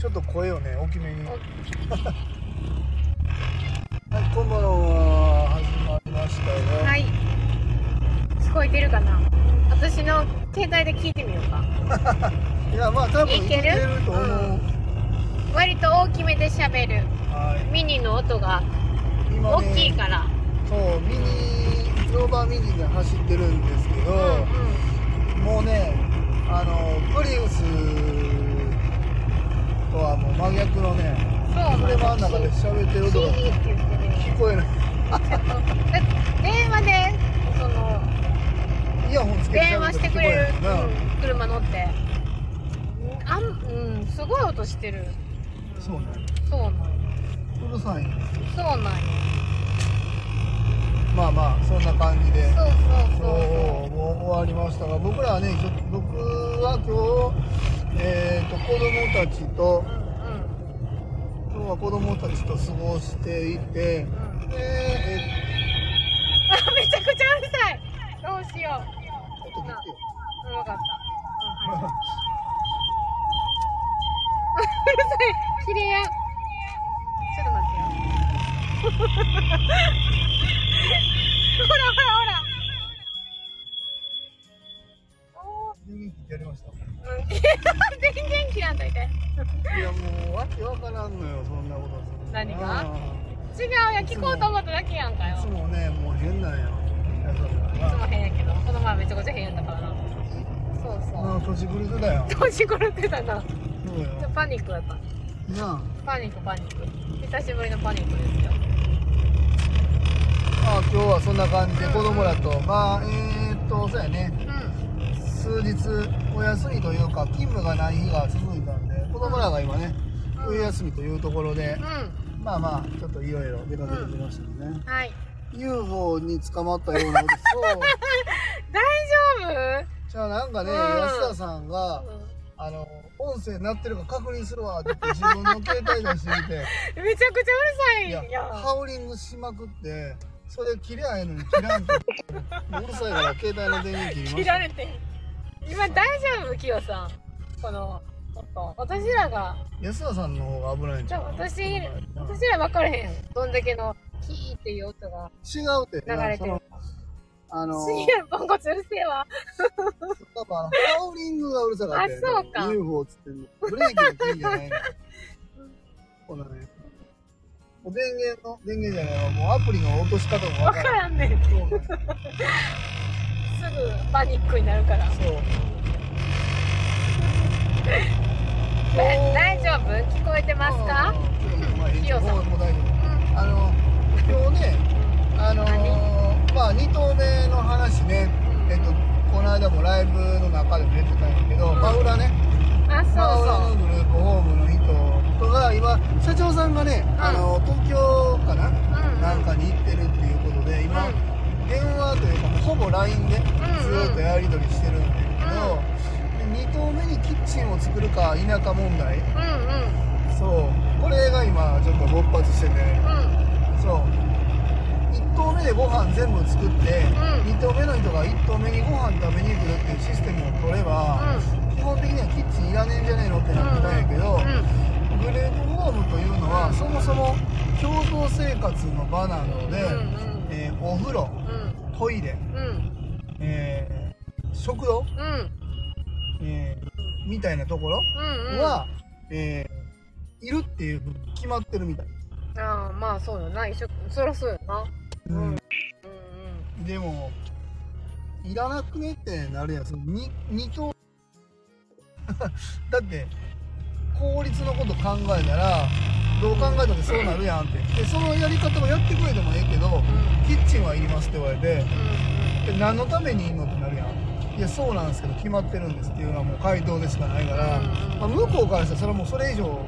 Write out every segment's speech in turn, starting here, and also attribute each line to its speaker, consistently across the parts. Speaker 1: ちょっと声をね大きめに。はい、
Speaker 2: 大きめにね
Speaker 1: こんばんは始まりましたよ。
Speaker 2: はい聞こえてるかな私の携帯で聞いてみようか
Speaker 1: い、やまあ多分
Speaker 2: いける
Speaker 1: いけると思う。
Speaker 2: うん割と大きめで喋る
Speaker 1: はい。
Speaker 2: ミニの音が
Speaker 1: 今
Speaker 2: 大
Speaker 1: ね
Speaker 2: きいから、
Speaker 1: そうミニクローバーミニで走ってるんですけど、
Speaker 2: うんうん
Speaker 1: もうねあのプリウスとはもう真逆のね
Speaker 2: そうなの
Speaker 1: 車の中で喋ってる
Speaker 2: キ
Speaker 1: 音が
Speaker 2: ーって言ってね
Speaker 1: 聞こえない。
Speaker 2: ちょっとだって電話でその
Speaker 1: イヤホンつけて
Speaker 2: 電話してくれる
Speaker 1: 喋っても聞こえない
Speaker 2: う
Speaker 1: もんな
Speaker 2: ん車乗ってあんうんすごい音してるん
Speaker 1: そうね。
Speaker 2: そうなんよ
Speaker 1: うるさいんですよ。
Speaker 2: そうなんよ
Speaker 1: まあまあそんな感じで。
Speaker 2: そうそう
Speaker 1: そう
Speaker 2: そうそう
Speaker 1: もう終わりましたが僕らはねちょ僕は今日、えー、と子供たちと
Speaker 2: うん
Speaker 1: 今日は子供たちと過ごしていて
Speaker 2: うんうん
Speaker 1: で、え
Speaker 2: あめちゃくちゃうるさいどうしよう
Speaker 1: ー、ちょっと来てよ
Speaker 2: うんわかった、うんはいうるさい綺麗やちょっと待ってよほらほらほら
Speaker 1: 電源切ってやりました
Speaker 2: うん全然切らんといて
Speaker 1: いやもうわけわからんのよそんなことするの
Speaker 2: 何が
Speaker 1: あ
Speaker 2: 違うや聞こうと思っただけやんかよ
Speaker 1: ーい
Speaker 2: い
Speaker 1: つもねもう変なんよやつ
Speaker 2: つも
Speaker 1: ら
Speaker 2: 変やけどこの前めちゃくちゃ変やったからなそう
Speaker 1: がま
Speaker 2: そ
Speaker 1: あ年狂ってたよ
Speaker 2: う年狂ってたな
Speaker 1: そうよ
Speaker 2: パニックだった
Speaker 1: なあ
Speaker 2: パニックパニック久しぶりのパニックですよ
Speaker 1: まあ今日はそんな感じで子供らとまあえー、っとそうやね
Speaker 2: うん
Speaker 1: 数日お休みというか勤務がない日が続いたんで子供らが今ね
Speaker 2: うん
Speaker 1: 冬休みというところで
Speaker 2: う
Speaker 1: まあまあちょっといろいろ出かけてきましたけどね
Speaker 2: んはい
Speaker 1: UFO に捕まったようなそう
Speaker 2: 大丈
Speaker 1: じゃあなんかね
Speaker 2: うん
Speaker 1: 安田さんが
Speaker 2: 夫
Speaker 1: あの音声鳴ってるか確認するわって言って自分の携帯出してみて
Speaker 2: めちゃくちゃうるさ
Speaker 1: い
Speaker 2: い
Speaker 1: や
Speaker 2: や
Speaker 1: ハウリングしまくってそれ切りゃええのに切らん とうるさいから携帯の電源切りま
Speaker 2: 切
Speaker 1: した
Speaker 2: られて今大丈夫キヨさんこの音私らが
Speaker 1: 安田さんの方が危ないんち
Speaker 2: じゃ
Speaker 1: ゃ
Speaker 2: あ
Speaker 1: う
Speaker 2: 私
Speaker 1: うん
Speaker 2: 私ら分からへんどんだけのキーっていう音が
Speaker 1: 違うって
Speaker 2: 流れてる
Speaker 1: あの
Speaker 2: すげえポンコツうるせえわ
Speaker 1: パパあのハウリングがうるさかったよ
Speaker 2: あそうか
Speaker 1: UFO っつってんのブレーキのキーじゃないのほらねもう電源の電源じゃないわもうアプリの落とし方もわ
Speaker 2: 分か
Speaker 1: か
Speaker 2: ら
Speaker 1: ん
Speaker 2: らんねんす
Speaker 1: そうね
Speaker 2: ぐパニックになるから
Speaker 1: そう
Speaker 2: え大丈夫聞こえてますか
Speaker 1: うんまあいい
Speaker 2: キヨさん
Speaker 1: もうもう大
Speaker 2: う
Speaker 1: 丈
Speaker 2: ん
Speaker 1: 夫あの今日ねあのー、まあ2投目の話ねえっとこの間もライブの中でも出てたんやけど、
Speaker 2: うん
Speaker 1: まあ裏ね
Speaker 2: あ
Speaker 1: まあ、
Speaker 2: そう
Speaker 1: 俺のグループホームの人とが今社長さんがね、
Speaker 2: ん
Speaker 1: あの東京かな、
Speaker 2: そううん
Speaker 1: なんかに行ってるっていうことで今、
Speaker 2: うん
Speaker 1: 電話というかもうほぼ LINE でずっとやり取りしてるんだけど、で2棟目にキッチンを作るか否か問題
Speaker 2: うんうん
Speaker 1: そうこれが今ちょっと勃発して
Speaker 2: う
Speaker 1: てそう1棟目でご飯全部作って、
Speaker 2: ん
Speaker 1: 2棟目の人が1棟目にご飯食べに行くっていうシステムを取れば、基本的にはキッチンいらねえんじゃねえのってなってたんやけど、
Speaker 2: んうん
Speaker 1: グレープホームというのはそもそも共同生活の場なので、
Speaker 2: うん
Speaker 1: えーお風呂トイレ、
Speaker 2: うん
Speaker 1: えー食堂、
Speaker 2: うん
Speaker 1: えーみたいなところ
Speaker 2: うんうん
Speaker 1: は、えーいるっていうふうに決まってるみたい、
Speaker 2: ああまあそうよな一緒そりゃそうよなうんうん
Speaker 1: でもいらなくねってなるやつに二等 だって効率のこと考えたらどう考えたってそうなるやんってでそのやり方をやってくれてもええけど
Speaker 2: うん
Speaker 1: キッチンはいりますって言われて
Speaker 2: う
Speaker 1: で何のためにいんのってなるやんいやそうなんですけど決まってるんですっていうのはもう回答でしかないから、まあ、向こうからしたらそれはもうそれ以上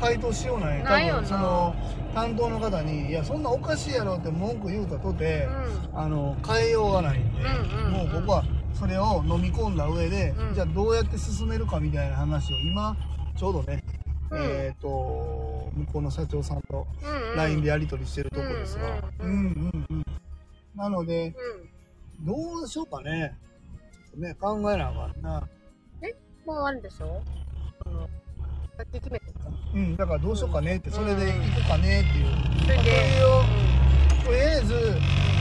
Speaker 1: 回答しようない
Speaker 2: ないよな
Speaker 1: その担当の方に「いやそんなおかしいやろ」って文句言うたとて、あの変えようがないん
Speaker 2: う
Speaker 1: で、
Speaker 2: んうんうん
Speaker 1: もう僕はそれを飲み込んだ上で、
Speaker 2: うん
Speaker 1: じゃあどうやって進めるかみたいな話を今ちょうどね、
Speaker 2: うん
Speaker 1: えっ、と向こうの社長さんと
Speaker 2: んうん
Speaker 1: LINE でやり取りしてるとこですが、
Speaker 2: うんう
Speaker 1: う
Speaker 2: んん
Speaker 1: うんうんなので
Speaker 2: うん
Speaker 1: どうしようかねちょっとね考えなあかんな
Speaker 2: もうあるでしょって決めてんじゃん
Speaker 1: うん、だからどうしようかねって、それで行くかねっていう。
Speaker 2: それ
Speaker 1: まあそ
Speaker 2: で
Speaker 1: れをとりあえず、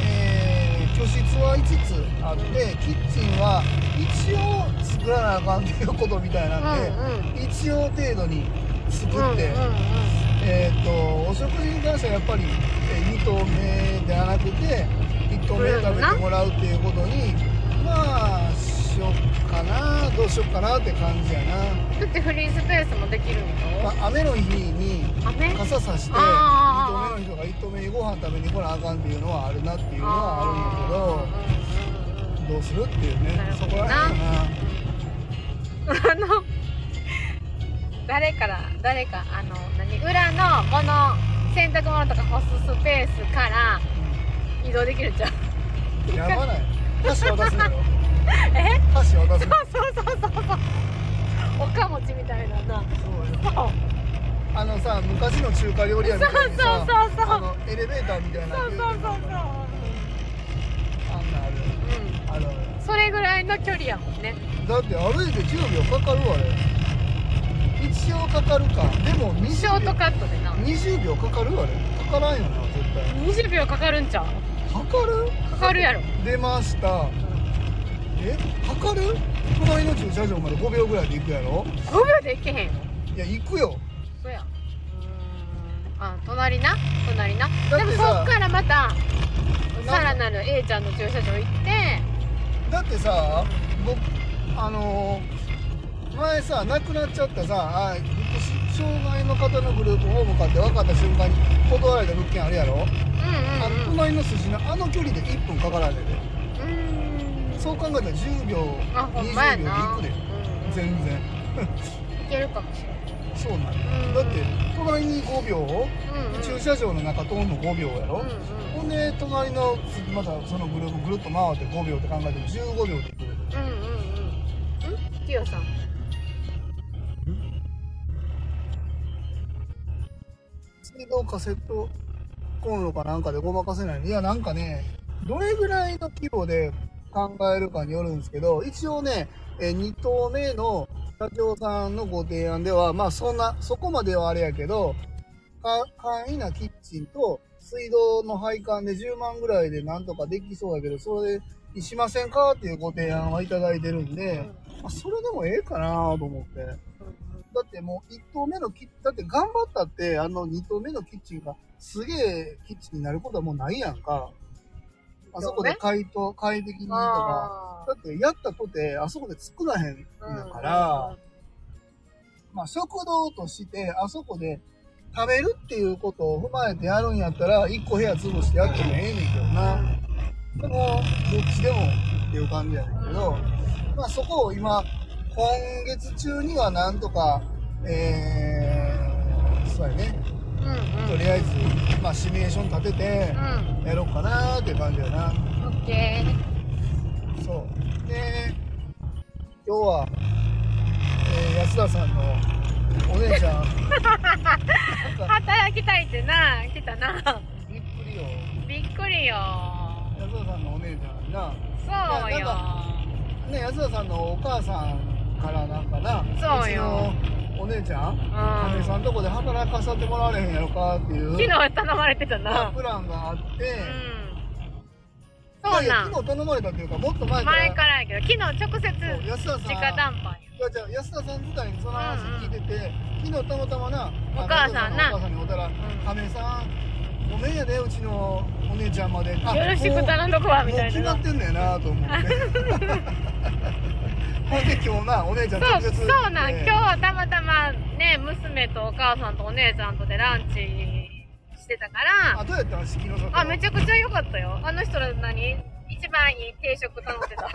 Speaker 1: えー居室は5つあってキッチンは一応作らなあかんっていうことみたいなんで、一応程度に作
Speaker 2: うんうんうんうん
Speaker 1: って、えー、とお食事に関してはやっぱり2頭目ではなくて1頭目を食べてもらうっていうことにまあしよっかなどうしよっかなって感じやな、
Speaker 2: だってフリースペースもできるん
Speaker 1: ま
Speaker 2: だ
Speaker 1: あ、雨の日に
Speaker 2: ろ雨
Speaker 1: 傘さして1頭
Speaker 2: あ
Speaker 1: 目の人が1頭目にご飯食べに来なあかんっていうのはあるなっていうのはあるん
Speaker 2: あ
Speaker 1: だけどどうするっていう
Speaker 2: な
Speaker 1: ね
Speaker 2: る
Speaker 1: そ
Speaker 2: ほ
Speaker 1: こ
Speaker 2: ど
Speaker 1: ら
Speaker 2: な
Speaker 1: 辺やな
Speaker 2: ーうんうんうんうんあの誰から誰かあの何裏の物洗濯物とか干すスペースから移動できる じゃん
Speaker 1: やばない箸渡すのよえ箸渡すの
Speaker 2: そうそうそうそうおかもちみたいなな
Speaker 1: そうよ
Speaker 2: そう
Speaker 1: あのさ昔の中華料理屋みたいにさ
Speaker 2: そうそうそうそう
Speaker 1: あのエレベーターみたいな
Speaker 2: そうそうそうそう
Speaker 1: あんなあ
Speaker 2: う
Speaker 1: るあの
Speaker 2: んそれぐらいの距離やもんね
Speaker 1: だって歩いて10秒かかるわあれ一応かかるかでも
Speaker 2: ショ
Speaker 1: 20
Speaker 2: ー
Speaker 1: 秒
Speaker 2: トカットでな
Speaker 1: 20秒かかるわあれかからんよな絶対
Speaker 2: 20秒かかるんちゃう
Speaker 1: 測る
Speaker 2: かかるやろ
Speaker 1: 出ましたえ測る隣の駐車場まで5秒ぐらいで行くやろ
Speaker 2: 5秒で行けへんよ
Speaker 1: いや行くよ
Speaker 2: そうやうーんあ隣な隣な
Speaker 1: だ
Speaker 2: で
Speaker 1: っ
Speaker 2: も
Speaker 1: て
Speaker 2: そ
Speaker 1: さ
Speaker 2: っからまたさらなる A ちゃんの駐車場行って
Speaker 1: だってさ僕あのー前さ亡くなっちゃったさあ福祉障害の方のグループホームかって分かった瞬間に断られた物件あるやろ、あの
Speaker 2: うんうんうんう
Speaker 1: 隣の筋のあの距離で1分かからんねんで
Speaker 2: ーん
Speaker 1: そう考えたら10秒
Speaker 2: あほんまや
Speaker 1: 20秒で
Speaker 2: な
Speaker 1: 行くで
Speaker 2: うん
Speaker 1: 全然
Speaker 2: いけるかもしれない
Speaker 1: そうなんだ
Speaker 2: うん
Speaker 1: だって隣に5秒
Speaker 2: うんうん
Speaker 1: 駐車場の中通んの5秒やろ、
Speaker 2: うんうん
Speaker 1: ほんで隣のまたそのグループぐるっと回って5秒って考えても15秒
Speaker 2: うんう
Speaker 1: で行く
Speaker 2: んうんんキヨさん
Speaker 1: 水道カセットコンロかなんかでごまかせないのいやなんかねどれぐらいの規模で考えるかによるんですけど一応ねえ2棟目の社長さんのご提案ではまあそんなそこまではあれやけどか簡易なキッチンと水道の配管で10万ぐらいでなんとかできそうだけどそれにしませんかっていうご提案はいただいてるん
Speaker 2: うんう
Speaker 1: で
Speaker 2: ん、
Speaker 1: まあそれでもええかなと思って。だってもう1投目のキッだって頑張ったってあの2投目のキッチンがすげえキッチンになることはもうないやんかあそこで快答快適にと
Speaker 2: あ
Speaker 1: かだってやったとてあそこで作らへん
Speaker 2: ー
Speaker 1: だから、まあ、食堂としてあそこで食べるっていうことを踏まえてやるんやったら1個部屋潰してやってもええねんけどなでもどっちでもっていう感じやねんけど、まあ、そこを今今月中にはなんとかえー、そうやね
Speaker 2: うんうんうん
Speaker 1: とりあえず、まあ、シミュレーション立てて
Speaker 2: うん
Speaker 1: やろうかなーっていう感じやな
Speaker 2: オッケー
Speaker 1: そうで今日は、えー安田さんのお姉ちゃんなんか
Speaker 2: 働きたいってな来たな
Speaker 1: びっくりよ
Speaker 2: びっくりよ
Speaker 1: 安田さんのお姉ちゃんな
Speaker 2: そう
Speaker 1: いや
Speaker 2: よ
Speaker 1: ね安田さんのお母さんからなんかな
Speaker 2: そうよ
Speaker 1: うちのお姉ちゃん
Speaker 2: う
Speaker 1: 姉
Speaker 2: ん
Speaker 1: さんとこで働かさせてもらわれへんやろかっていう
Speaker 2: 昨日頼まれてた
Speaker 1: まあ
Speaker 2: な
Speaker 1: プランがあって、
Speaker 2: うんそう
Speaker 1: いやい
Speaker 2: な
Speaker 1: や
Speaker 2: ん
Speaker 1: 昨日頼まれたというかもっと前から
Speaker 2: 前からやけど昨日直接
Speaker 1: そう安田さん
Speaker 2: 直談判
Speaker 1: いやじゃあ安田さん自体にその話聞いてて、昨日たまたまな
Speaker 2: お母さんな
Speaker 1: あのお母さんにおったら「
Speaker 2: ん
Speaker 1: 亀井さんごめんやでうちのお姉ちゃんまであ
Speaker 2: やよろしく頼んどくわみたい
Speaker 1: もう決ま
Speaker 2: な
Speaker 1: ってんだよなと思ってほんで今日なお姉ちゃん
Speaker 2: そ
Speaker 1: 直
Speaker 2: う
Speaker 1: 接
Speaker 2: そうなん
Speaker 1: え
Speaker 2: 今
Speaker 1: ー
Speaker 2: 日はたまたまね娘とお母さんとお姉ちゃんとでランチしてたから
Speaker 1: あどうやったん式の里
Speaker 2: あめちゃくちゃ良かったよあの人ら何一番いい定食頼んで た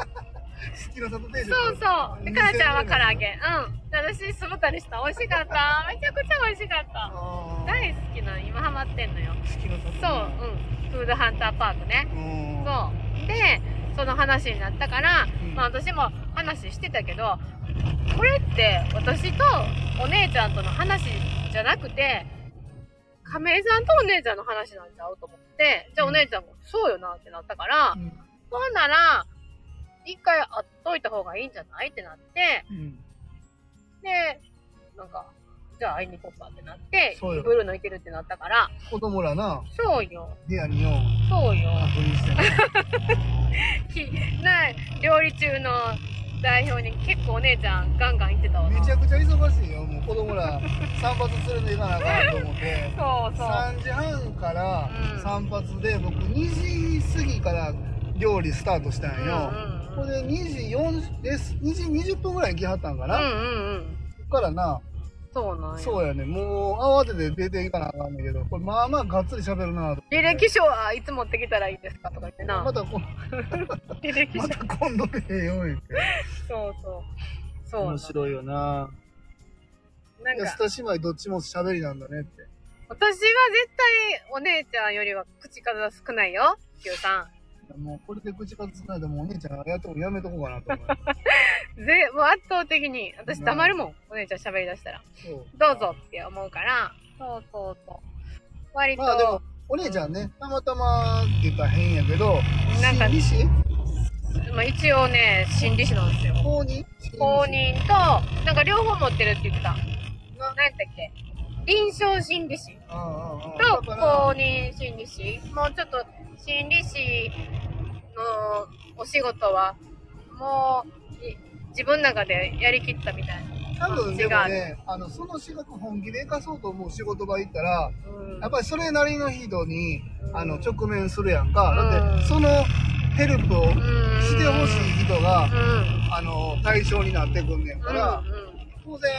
Speaker 1: 式の里定食
Speaker 2: そうそう。で、かなちゃんは唐揚げ。うん。で私、酢豚にした。美味しかった。めちゃくちゃ美味しかった。
Speaker 1: あー
Speaker 2: 大好きなの今ハマってんのよ。
Speaker 1: 式の
Speaker 2: そ
Speaker 1: 里
Speaker 2: う、うん。フードハンターパークね。
Speaker 1: うんうん
Speaker 2: そう。で、その話になったから、
Speaker 1: うん
Speaker 2: まあ私も話してたけど、これって私とお姉ちゃんとの話じゃなくて、亀井さんとお姉ちゃんの話なんちゃうと思って、じゃあお姉ちゃんもそうよなってなったから、そうなら、一回会っといた方がいいんじゃないってなって、
Speaker 1: うん
Speaker 2: で、なんか、じゃあ会いに行こうかってなって、
Speaker 1: そうよ
Speaker 2: ブルーの行けるってなったから、
Speaker 1: 子供らな、
Speaker 2: そうよ、
Speaker 1: 部屋によ、
Speaker 2: そうよ。
Speaker 1: 確認して
Speaker 2: き
Speaker 1: な。
Speaker 2: な料理中の代表に結構お姉ちゃんガンガン行ってたわな
Speaker 1: めち
Speaker 2: そ
Speaker 1: ゃ
Speaker 2: う
Speaker 1: くちゃ忙しいよ、もう子供ら、散髪連れて行かなあかんと思って。
Speaker 2: そう
Speaker 1: 3時半から
Speaker 2: うん
Speaker 1: 散髪で、僕2時過ぎから料理スタートしたんよ、これで2時4です2時20分ぐらい来はったんか
Speaker 2: うんう
Speaker 1: な、
Speaker 2: んう
Speaker 1: こ
Speaker 2: んうん
Speaker 1: っからな
Speaker 2: そうなんや
Speaker 1: そうやねもう慌てて出ていかなあかんねんけどこれまあまあがっつり喋るなと
Speaker 2: 履歴書はいつ持ってきたらいいですかとか言ってな、
Speaker 1: またこ
Speaker 2: 履歴書
Speaker 1: また今度でええよ言って
Speaker 2: そうそうそうなん
Speaker 1: 面白いよな
Speaker 2: なんか
Speaker 1: 安田姉妹どっちも喋りなんだねって
Speaker 2: 私は絶対お姉ちゃんよりは口数は少ないよ Q さ
Speaker 1: もうこれで口数少ないでもうお姉ちゃんあれやってもやめとこうかなと思って
Speaker 2: んぜもう圧倒的に私黙るもんお姉ちゃん喋りだしたら
Speaker 1: そう
Speaker 2: どうぞって思うからそうそうそう割と、
Speaker 1: まあでも、お姉ちゃんね、たまたまって言ったら変やけど、
Speaker 2: なんか
Speaker 1: 心理師
Speaker 2: まあ、一応ね心理師なんですよ
Speaker 1: 公認
Speaker 2: 公。認となんか両方持ってるって言ってた何やったっけ臨床心理師
Speaker 1: ああああああ
Speaker 2: と
Speaker 1: だから
Speaker 2: 公認心理師もうちょっと心理師のお仕事はもうい自分の中でやりきったみたいな、
Speaker 1: 多分でもね、あの、その資格本気で生かそうと思う仕事場行ったら、
Speaker 2: うん
Speaker 1: やっぱりそれなりの人に、
Speaker 2: うん
Speaker 1: あの、直面するやんか。だっ
Speaker 2: うん
Speaker 1: て、そのヘルプを
Speaker 2: うん
Speaker 1: してほしい人が
Speaker 2: う、ん
Speaker 1: あの、対象になってくんねんから
Speaker 2: う、ん
Speaker 1: 当然、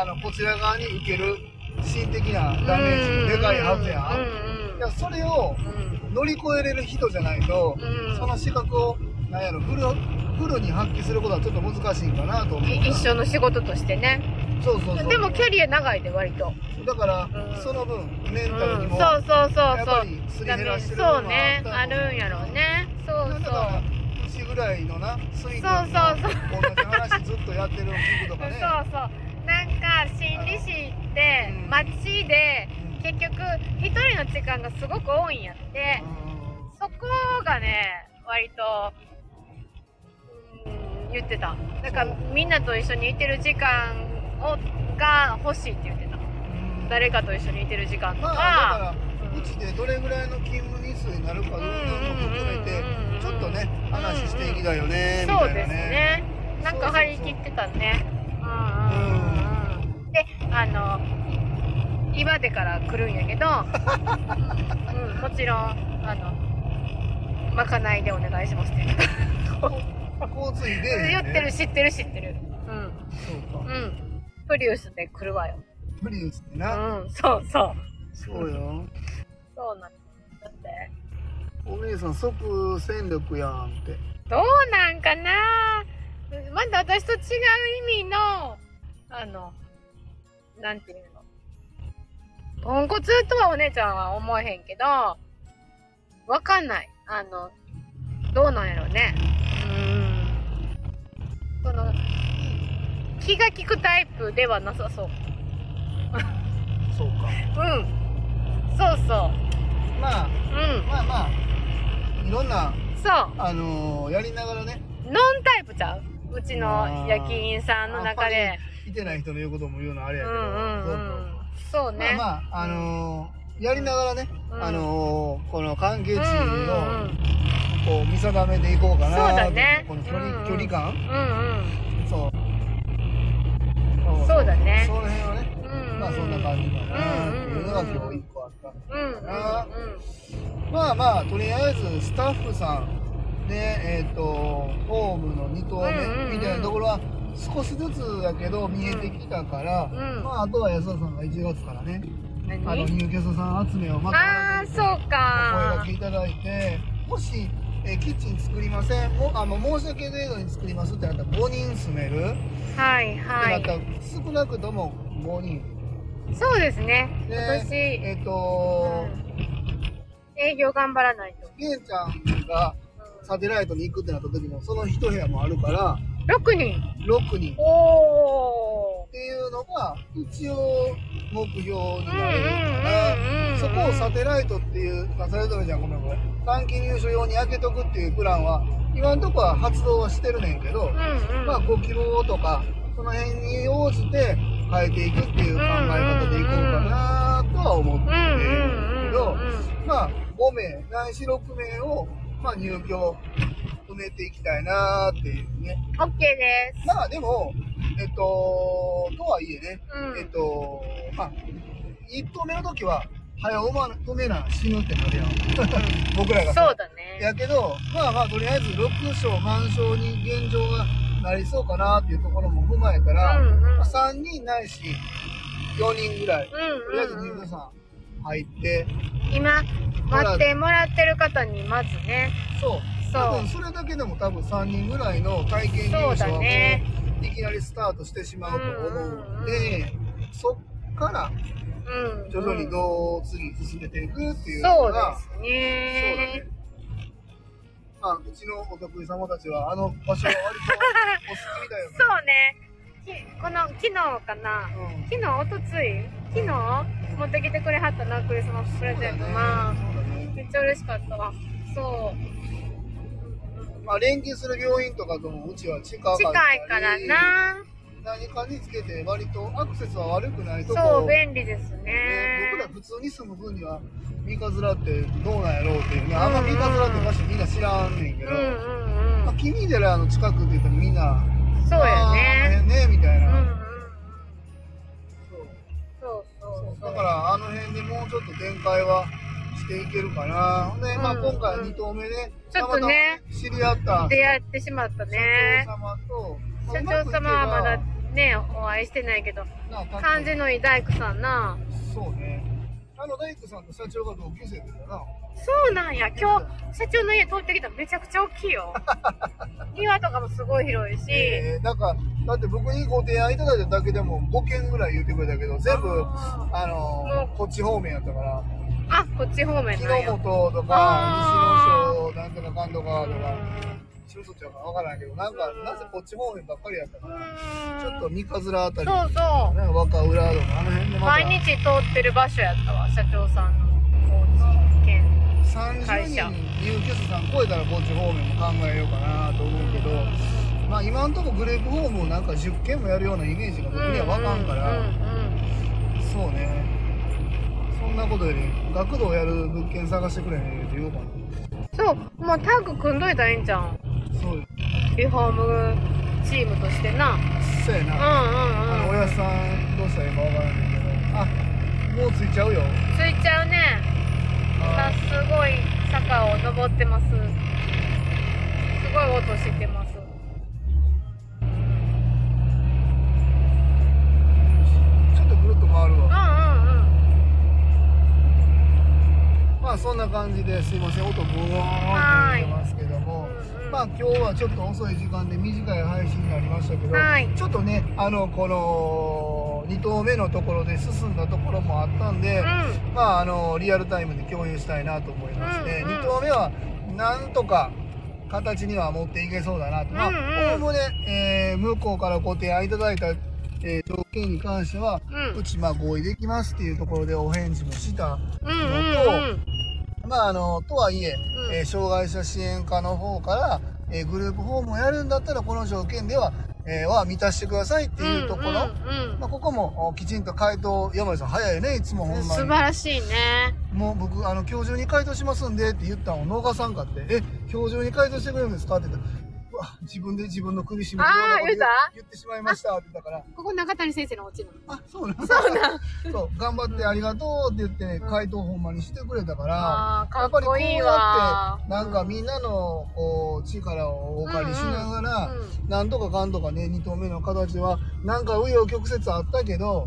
Speaker 1: あの、こちら側に受ける心的なダメージもでかいはずや
Speaker 2: うん
Speaker 1: ん。いや、それを
Speaker 2: うん
Speaker 1: 乗り越えれる人じゃないと、
Speaker 2: うん
Speaker 1: その資格を、なんやろ、フル、フルに発揮することはちょっと難しいんかなと思う。
Speaker 2: い一生の仕事としてね
Speaker 1: そうそうそう。
Speaker 2: でもキャリア長いで割と
Speaker 1: だから、
Speaker 2: うん
Speaker 1: その分、メン
Speaker 2: う
Speaker 1: タルに
Speaker 2: ん、そうそうそ
Speaker 1: も、
Speaker 2: う
Speaker 1: やっ
Speaker 2: そ
Speaker 1: ぱ
Speaker 2: う
Speaker 1: りすり
Speaker 2: ダメ
Speaker 1: 減らしてる
Speaker 2: そうねあるん
Speaker 1: や。
Speaker 2: やろうねそうそう
Speaker 1: だから、うちぐらいのな、ス
Speaker 2: そう
Speaker 1: イーそう。同じ話ずっとやってる聞く と
Speaker 2: そ
Speaker 1: か
Speaker 2: う
Speaker 1: ね。
Speaker 2: そうなんか心理師って
Speaker 1: うん
Speaker 2: 街で
Speaker 1: うん
Speaker 2: 結局一人の時間がすごく多いんやってそこがね割とうん言ってたなんかみんなと一緒にいてる時間をが欲しいって言ってた
Speaker 1: うん
Speaker 2: 誰かと一緒にいてる時間と
Speaker 1: ま
Speaker 2: か、
Speaker 1: あ、だから、
Speaker 2: うん
Speaker 1: うちでどれぐらいの勤務日数になるかどうかも含めて
Speaker 2: うんうんうんうん
Speaker 1: ちょっとね話していきたいよねみ
Speaker 2: そ
Speaker 1: た
Speaker 2: う
Speaker 1: いな
Speaker 2: です
Speaker 1: ね
Speaker 2: ね。なんか張り切ってたね。うんうんうんうん。で、あの、岩手から来るんや けど、うん、もちろん、あの、まかないでお願いしますって言ってた
Speaker 1: 交通費で
Speaker 2: 言ってる、知ってる、知ってる。
Speaker 1: そう
Speaker 2: うん。う
Speaker 1: か
Speaker 2: ん。プリウスで来るわよ。
Speaker 1: プリウスって
Speaker 2: う、
Speaker 1: なん
Speaker 2: そうそう。
Speaker 1: そうよ
Speaker 2: そうなんだって。
Speaker 1: お姉さん即戦力やんって
Speaker 2: どうなんかなまだ私と違う意味の、あの、なんていうの。ポンコツとはお姉ちゃんは思えへんけど、わかんない。あの、どうなんやろうね。うーん。その、気が利くタイプではなさそう。
Speaker 1: そうか
Speaker 2: うん。そうそう。
Speaker 1: まあ
Speaker 2: うん。
Speaker 1: まあまあいろんな
Speaker 2: そう。
Speaker 1: あのーやりながらね
Speaker 2: ノンタイプちゃううちの焼き印さんの中で。
Speaker 1: いてない人の言うことも言うのはあれや
Speaker 2: う
Speaker 1: け
Speaker 2: ん
Speaker 1: ど
Speaker 2: う
Speaker 1: そうんそううん
Speaker 2: そうね。
Speaker 1: まあまああのーやりながらね
Speaker 2: うん
Speaker 1: あのーこの関係
Speaker 2: う
Speaker 1: 値
Speaker 2: ん
Speaker 1: をこう見定めていこうかな
Speaker 2: そうだね
Speaker 1: この距離,、
Speaker 2: うんうん
Speaker 1: 距離感
Speaker 2: うんうん
Speaker 1: そう
Speaker 2: そうだね
Speaker 1: その辺はね
Speaker 2: うんうん
Speaker 1: まあそんな感じかなっていうのが
Speaker 2: うんうん
Speaker 1: 今日一個あった、
Speaker 2: うんうんうん
Speaker 1: まあまあとりあえずスタッフさんねえっ、とホームの2棟
Speaker 2: うんうんうん
Speaker 1: 目みたいなところは少しずつだけど見えてきたから、
Speaker 2: うん
Speaker 1: まああとは安田さんが1月からねあの
Speaker 2: 何
Speaker 1: 入居者さん集めをまた
Speaker 2: ああーそう
Speaker 1: 声が
Speaker 2: か
Speaker 1: けいただいてもし、えーキッチン作りませんもあの申し訳程度に作りますってなったら5人住める、
Speaker 2: はいは
Speaker 1: ってないったら少なくとも5人
Speaker 2: そうですね
Speaker 1: で
Speaker 2: 私
Speaker 1: えっ、と
Speaker 2: 営業頑張らないと
Speaker 1: けいちゃんがサテライトに行くってなった時もその1部屋もあるから
Speaker 2: 6人
Speaker 1: 6人っ
Speaker 2: おお
Speaker 1: ていうのが一応目標に
Speaker 2: ーうん
Speaker 1: なるから、
Speaker 2: うんうんうん
Speaker 1: そこをサテライトっていう、あ、サテライトじゃん、ごめんごめん。短期入所用に開けとくっていうプランは、今んとこは発動はしてるねんけど、
Speaker 2: うんうん
Speaker 1: まあ、ご希望とか、その辺に応じて、変えていくっていう考え方でいこうかなとは思って
Speaker 2: うんうん
Speaker 1: るけ
Speaker 2: うん
Speaker 1: ど
Speaker 2: う、ん
Speaker 1: まあ、5名、ないし6名を、まあ、入居、埋めていきたいなっていうね。
Speaker 2: オッケーです。
Speaker 1: まあ、でも、えっと、とはいえね、
Speaker 2: うん。
Speaker 1: えっと、まあ、1投目の時は、早う止めな死ぬってなるやん。 僕らがさ
Speaker 2: そうだね。
Speaker 1: やけど、まあまあ、とりあえず6勝半勝に現状がなりそうかなっていうところも踏まえたら、
Speaker 2: うんうん
Speaker 1: まあ3人ないし、4人ぐらい、とりあえず
Speaker 2: うん
Speaker 1: 入
Speaker 2: うんう
Speaker 1: 居
Speaker 2: ん。
Speaker 1: さん入って、
Speaker 2: 今、待ってもらってる方にまずね、
Speaker 1: そう。
Speaker 2: そう
Speaker 1: 多分それだけでも多分3人ぐらいの体
Speaker 2: そ
Speaker 1: 験入所
Speaker 2: う
Speaker 1: は
Speaker 2: だ
Speaker 1: も
Speaker 2: ね
Speaker 1: ういきなりスタートしてしまうと思うので、そっから
Speaker 2: うん。
Speaker 1: 徐々にどう次進めていくっていうの
Speaker 2: そうで
Speaker 1: が、
Speaker 2: す
Speaker 1: そうだ
Speaker 2: ね
Speaker 1: ね。。まあ、うちのお得意様たちは、あの場所は割とお好きみたいよね。
Speaker 2: そうね。きこの、昨日かな。
Speaker 1: うん
Speaker 2: 昨日、おとつい昨日持ってきてくれはったな、クリスマスプレゼントな。めっちゃ嬉しかったわ。そう。
Speaker 1: まあ、連携する病院とかともうちは近かったり
Speaker 2: 近いからな。
Speaker 1: 何かにつけて割とアクセスは悪くないとこ
Speaker 2: そう、便利です
Speaker 1: ね
Speaker 2: ね。
Speaker 1: 僕ら普通に住む分には三日面ってどうなんやろうっていうねあんま
Speaker 2: うんうん
Speaker 1: 三日面って場所みんな知らんねんけど、
Speaker 2: うんうんう
Speaker 1: まあ、
Speaker 2: ん。
Speaker 1: 君寺の近くって言ったらみんな
Speaker 2: そうや
Speaker 1: あ
Speaker 2: ね。
Speaker 1: の辺ねみたい
Speaker 2: うんう
Speaker 1: な、
Speaker 2: んうん。
Speaker 1: そう
Speaker 2: そうそうそう。
Speaker 1: だからあの辺でもうちょっと展開はしていけるかなほんで、まあ、
Speaker 2: うんうん
Speaker 1: 今回2投目ね
Speaker 2: ちょっとね
Speaker 1: たまたま知り合った
Speaker 2: 出会ってしまったね。
Speaker 1: 社長様と、まあ
Speaker 2: 社長様はまだ
Speaker 1: うくい
Speaker 2: ね、お会いしてないけど、
Speaker 1: けばな
Speaker 2: 感じのいい大工さんな。
Speaker 1: そうねあの大工さんと社長が同級生だよな
Speaker 2: そうなんや、今日、社長の家通ってきたらめちゃくちゃ大きい よ。庭とかもすごい広いし、
Speaker 1: えー、なんかだって僕にご提案いただいただけでも5件ぐらい言ってくれたけど全部
Speaker 2: あ
Speaker 1: あのーこっち方面やったから
Speaker 2: あ、こっち方面
Speaker 1: 木
Speaker 2: なん
Speaker 1: の
Speaker 2: や。
Speaker 1: 本
Speaker 2: あ
Speaker 1: とか西野省なんとかかんとかとか
Speaker 2: う
Speaker 1: 白そちゃんか分からんけどなんかなぜこっち方面ばっかりやったか
Speaker 2: ん
Speaker 1: らちょっと三日面あたり
Speaker 2: そ
Speaker 1: ね
Speaker 2: うそう。
Speaker 1: 若浦とかあの辺でま
Speaker 2: 毎
Speaker 1: た
Speaker 2: 日通ってる場所やったわ、社長さんのお家兼。
Speaker 1: 30
Speaker 2: 会社
Speaker 1: 人入居者さん超えたらこっち方面も考えようかなと思うけどまあ今んとこグレープホームをなんか10件もやるようなイメージが僕には分かんから。
Speaker 2: うんうん
Speaker 1: そうねそんなことより学童やる物件探してくれへんって言おうかな
Speaker 2: そう、もうタッグ組んどいたらいいんじゃん。
Speaker 1: そう
Speaker 2: リフォームチームとしてな。
Speaker 1: そうや
Speaker 2: う
Speaker 1: な、あ
Speaker 2: ん
Speaker 1: の
Speaker 2: うん
Speaker 1: お
Speaker 2: うん。
Speaker 1: やさんどうしたらいいかわからんねんけどあもうついちゃうよ
Speaker 2: ついちゃうね。今
Speaker 1: あ
Speaker 2: すごい坂を登ってます。すごい音してます。
Speaker 1: ちょっとぐるっと回る
Speaker 2: うんう
Speaker 1: わ
Speaker 2: んうん。
Speaker 1: まあそんな感じですいません音ブワーンって出てますけども
Speaker 2: うんうん
Speaker 1: まあ今日はちょっと遅い時間で短い配信になりましたけど、
Speaker 2: はい
Speaker 1: ちょっとねあのこの2投目のところで進んだところもあったんで、
Speaker 2: う
Speaker 1: まあ、あのリアルタイムで共有したいなと思いまして、
Speaker 2: うんうん
Speaker 1: 2投目はなんとか形には持っていけそうだなと、
Speaker 2: うん
Speaker 1: まあ、
Speaker 2: うん
Speaker 1: おおむね、えー向こうからご提案いただいた、えー条件に関しては、
Speaker 2: うん
Speaker 1: うちまあ合意できますっていうところでお返事もした、
Speaker 2: うんうんうん
Speaker 1: まあ、あのとはいえ
Speaker 2: うん
Speaker 1: えー障害者支援課の方から、えーグループホームをやるんだったらこの条件では,、えーは満たしてくださいっていうところ、
Speaker 2: うんうん
Speaker 1: まあ、ここもおきちんと回答山井さん早いねいつもほん
Speaker 2: う
Speaker 1: ま
Speaker 2: ん
Speaker 1: に
Speaker 2: 素晴らしいね。
Speaker 1: もう僕あの今日中に回答しますんでって言ったのを農家さんかって「え今日中に回答してくれるんですか?」って言ったらうわ自分で自分の首絞めて
Speaker 2: あー
Speaker 1: こんなこと
Speaker 2: 言うた
Speaker 1: 言ってしまいましたって言ったから
Speaker 2: ここ中谷先生のお家なの。
Speaker 1: 「あそうなんそう そう頑張ってありがとう」って言って、
Speaker 2: うん
Speaker 1: 回答ほんまにしてくれたから、
Speaker 2: ああ、
Speaker 1: や
Speaker 2: か
Speaker 1: っ
Speaker 2: っ
Speaker 1: ぱりこ
Speaker 2: こ
Speaker 1: うや
Speaker 2: いい
Speaker 1: っ
Speaker 2: わ。
Speaker 1: てなんかみんなのこう力をお借りしながら、
Speaker 2: うんうん
Speaker 1: なんとかかんとかね2投目の形はなんか紆余曲折あったけど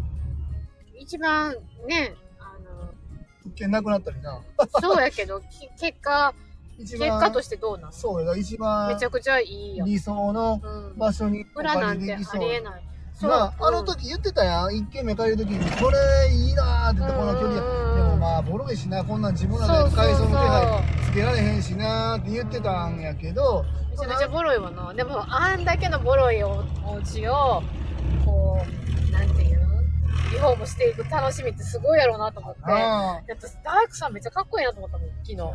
Speaker 2: 一番ね、あの、
Speaker 1: 物件なくなったりな
Speaker 2: そうやけ ど、き結果、
Speaker 1: 一
Speaker 2: 結果と
Speaker 1: て
Speaker 2: してどうなん
Speaker 1: そうやな一番
Speaker 2: めちゃくちゃいいやん。
Speaker 1: 理想の
Speaker 2: うん。
Speaker 1: 場所に
Speaker 2: 裏なんてあ
Speaker 1: お
Speaker 2: りえない。
Speaker 1: まあ、あの時言ってたやん一軒目借りる時にこれいいなーって言ってこの距
Speaker 2: うんうんうん
Speaker 1: 離やでもまあボロいしなこんなん自分らで改装の気配つけられへんしなーって言ってたんやけど
Speaker 2: めちゃめちゃボロいわな。でも、あんだけのボロいおお家を、こう、なんていうのリフォームしていく楽しみってすごいやろうなと思って。だ
Speaker 1: あ
Speaker 2: って、ダークさんめっちゃかっこいいなと思ったもん、昨日。
Speaker 1: や
Speaker 2: う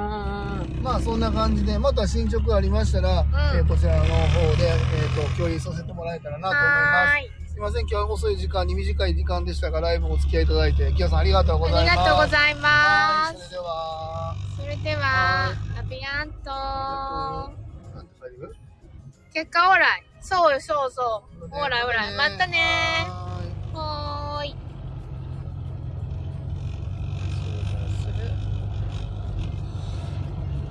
Speaker 2: うんうんうん。
Speaker 1: なんーまあそんな感じでまた進捗ありましたら、
Speaker 2: ん
Speaker 1: えーこちらの方で、えー、と共有させてもらえたらなと思います
Speaker 2: はーい。
Speaker 1: すいません、今日は遅い時間に短い時間でしたが、ライブお付き合いいただいて、キヨさんありがとうござ
Speaker 2: あ
Speaker 1: い
Speaker 2: り
Speaker 1: ます。
Speaker 2: がとうご
Speaker 1: い
Speaker 2: ざいま
Speaker 1: それ
Speaker 2: す。
Speaker 1: では、
Speaker 2: それで
Speaker 1: は
Speaker 2: は、アビアント。
Speaker 1: なんて書いてくる
Speaker 2: 結果オーライ。そうよ、そうそう。オーライ、オーライ。またねー。